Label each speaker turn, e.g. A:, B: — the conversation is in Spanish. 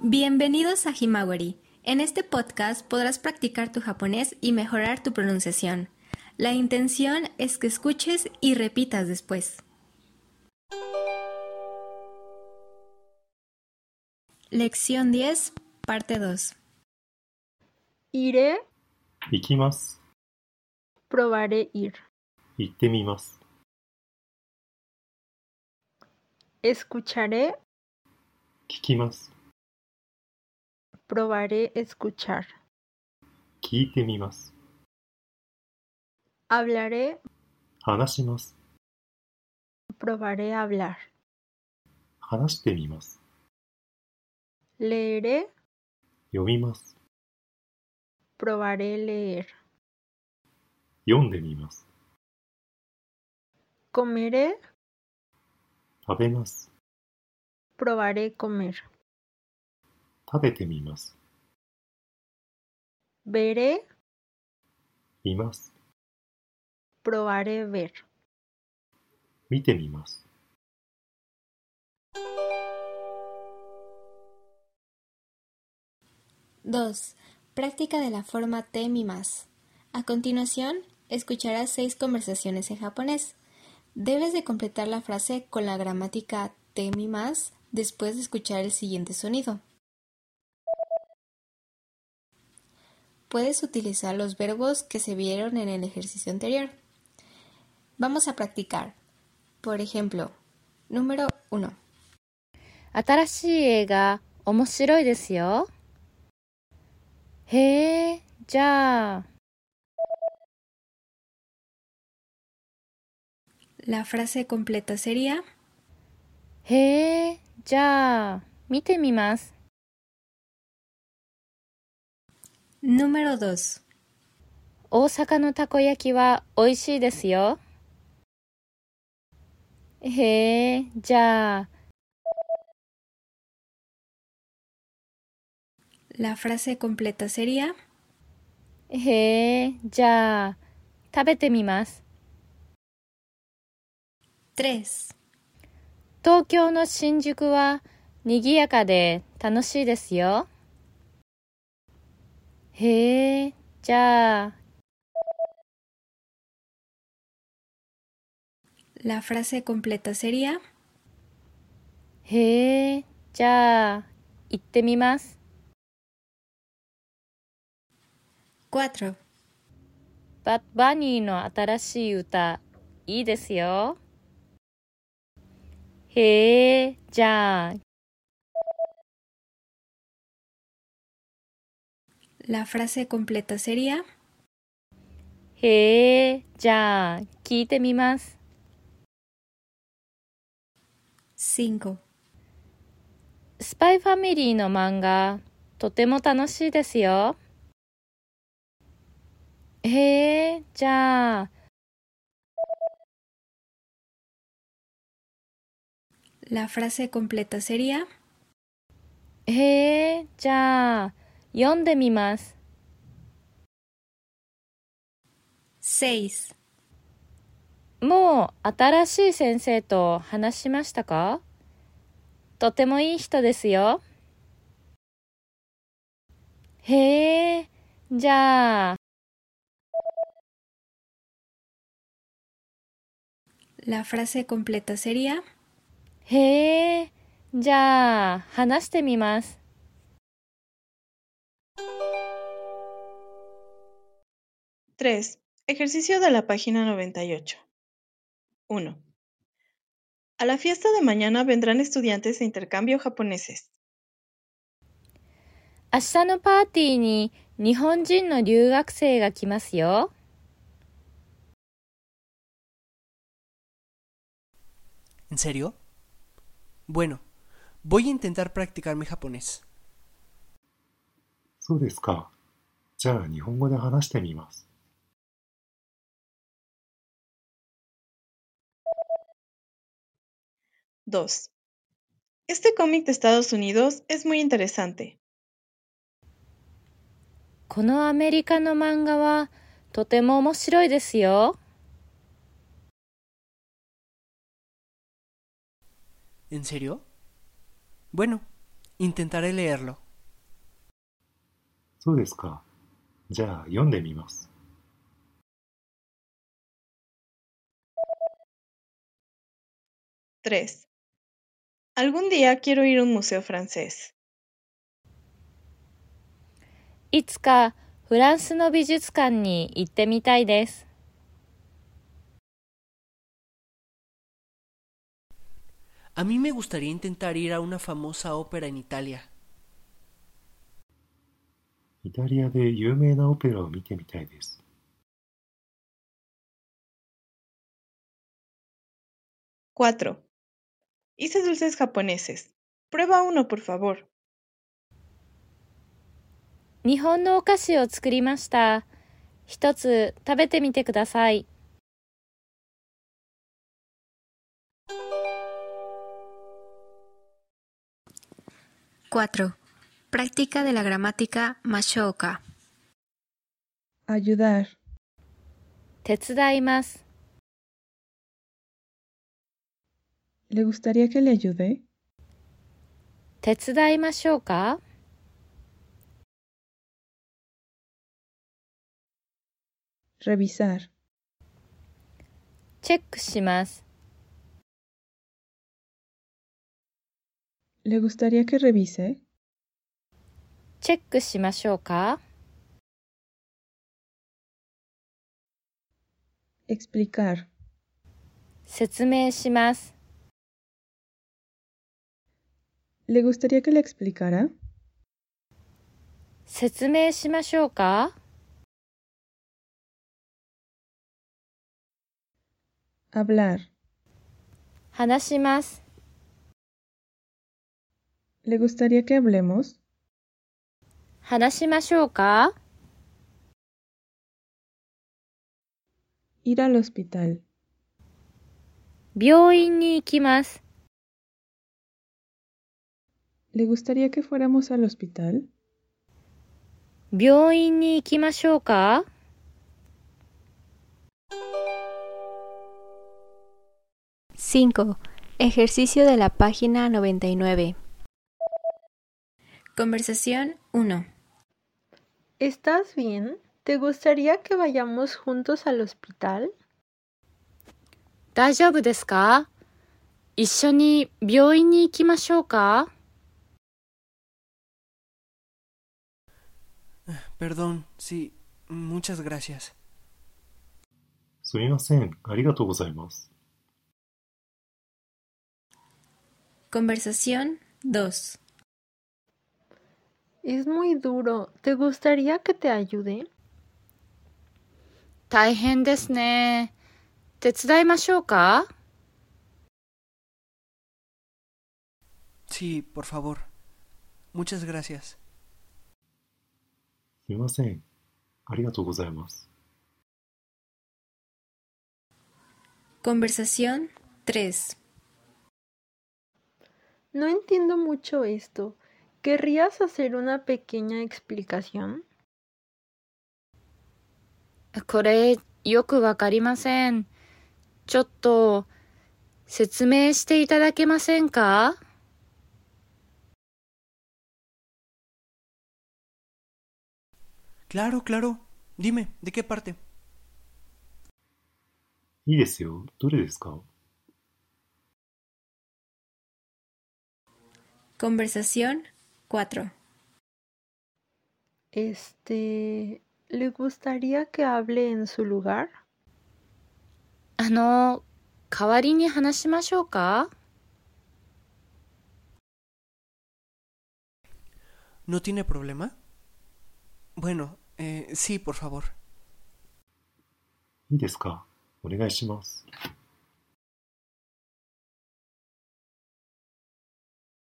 A: Bienvenidos a Himawari. En este podcast podrás practicar tu japonés y mejorar tu pronunciación. La intención es que escuches y repitas después. Lección 10, parte 2.
B: Iré,
C: 行きます。
B: probaré ir.
C: 行ってみます。
B: Escucharé,
C: 聞きます。
B: probaré escuchar.
C: 聞いてみます。
B: Hablaré,
C: 話します。
B: probaré hablar.
C: 話してみます。
B: Leeré,
C: 読みます。
B: probaré leer.
C: 読んでみます。
B: Comeré,
C: 食べます。
B: probaré comer.
C: 食べてみます。
B: Veré,
C: 見ます。
B: probaré ver.
C: 見てみます。
A: 2. Práctica de la forma te mimas. A continuación, escucharás seis conversaciones en japonés. Debes de completar la frase con la gramática te mimas después de escuchar el siguiente sonido. Puedes utilizar los verbos que se vieron en el ejercicio anterior. Vamos a practicar. Por ejemplo, número 1.
D: 新しい映画面白いですよへえじゃあ
A: La frase completa sería
D: へえじゃあ見てみます
A: número 2.
D: 大阪のたこ焼きは美味しいですよへえじゃあ
A: La frase completa sería
D: へえじゃあ食べてみます
A: 3.
D: 東京の新宿は賑やかで楽しいですよへえじゃあ
A: La frase completa sería
D: へえ、じゃあ、行ってみます。
A: 4.
D: バッバニーの新しい歌、いいですよ。へえ、じゃあ、
A: La frase completa sería
D: へえ、じゃあ、聞いてみます。
A: 5.
D: スパイファミリーの漫画、とても楽しいですよ。へえ、じゃあ、
A: La frase completa sería
D: へえ、じゃあ、読んでみます。
A: 6.
D: もう新しい先生と話しましたかとてもいい人ですよ。へえ、じゃあ、
A: La frase completa sería
D: へえ、じゃあ、話してみます。
E: 3. Ejercicio de la página 98. 1. A la fiesta de mañana vendrán estudiantes de intercambio japoneses.
D: 明日のパーティーに日本人の留学生が来ますよ。
F: ¿En serio? Bueno, voy a intentar practicar mi japonés.
C: そうですか。じゃあ日本語で話してみます。
E: 2. Este cómic de Estados Unidos es muy interesante.
D: このアメリカの漫画はとても面白いですよ。
F: ¿En serio? Bueno, Intentaré leerlo.
C: そうですか。じゃあ読んでみます。
E: 3. Algún día quiero ir a un museo francés.
D: いつかフランスの美術館に行ってみたいです。
F: A mí me gustaría intentar ir a una famosa ópera en Italia.
C: イタリアで有名なオペラを見てみたいです。
E: 4. Hice dulces japoneses. Prueba uno, por favor.
D: 日本のお菓子を作りました。一つ食べてみてください。
A: 4. Práctica de la gramática Mashouka.
G: ayudar,
D: 手伝います。
G: ¿le gustaría que le ayude?
D: 手伝いましょうか
G: Revisar,
D: チェックします。
G: ¿le gustaría que revise?
D: チェックしましょうか
G: Explicar,
D: 説明します。
G: ¿le gustaría que le explicara?
D: 説明しましょうか
G: Hablar,
D: 話します。
G: ¿le gustaría que hablemos?
D: 話しましょうか
G: Ir al hospital,
D: 病院に行きます。
G: ¿le gustaría que fuéramos al hospital?
D: 病院に行きましょうか
A: 5. Ejercicio de la página 99. Conversación 1.
B: ¿Estás bien? ¿Te gustaría que vayamos juntos al hospital?
D: 大丈夫ですか一緒に病院に行きましょうか
F: Perdón, sí, muchas gracias.
C: すみません。ありがとうございます。
A: Conversación 2.
B: Es muy duro. ¿Te gustaría que te ayude?
D: 大変ですね。手伝いましょうか
F: Sí, por favor. Muchas gracias.
C: すみません。ありがとうございます。
A: Conversación 3.
B: No entiendo mucho esto. ¿Querrías hacer una pequeña explicación?
D: これ、よくわかりません。ちょっと、説明していただけませんか
F: Claro, claro. Dime, ¿de qué parte?
C: いいですよ。どれですか
A: Conversación 4.
B: Este... ¿Le gustaría que hable en su lugar?
D: あの、代わりに話しましょうか
F: ¿No tiene problema? Bueno, eh, sí, por favor.
C: いいですかお願いします。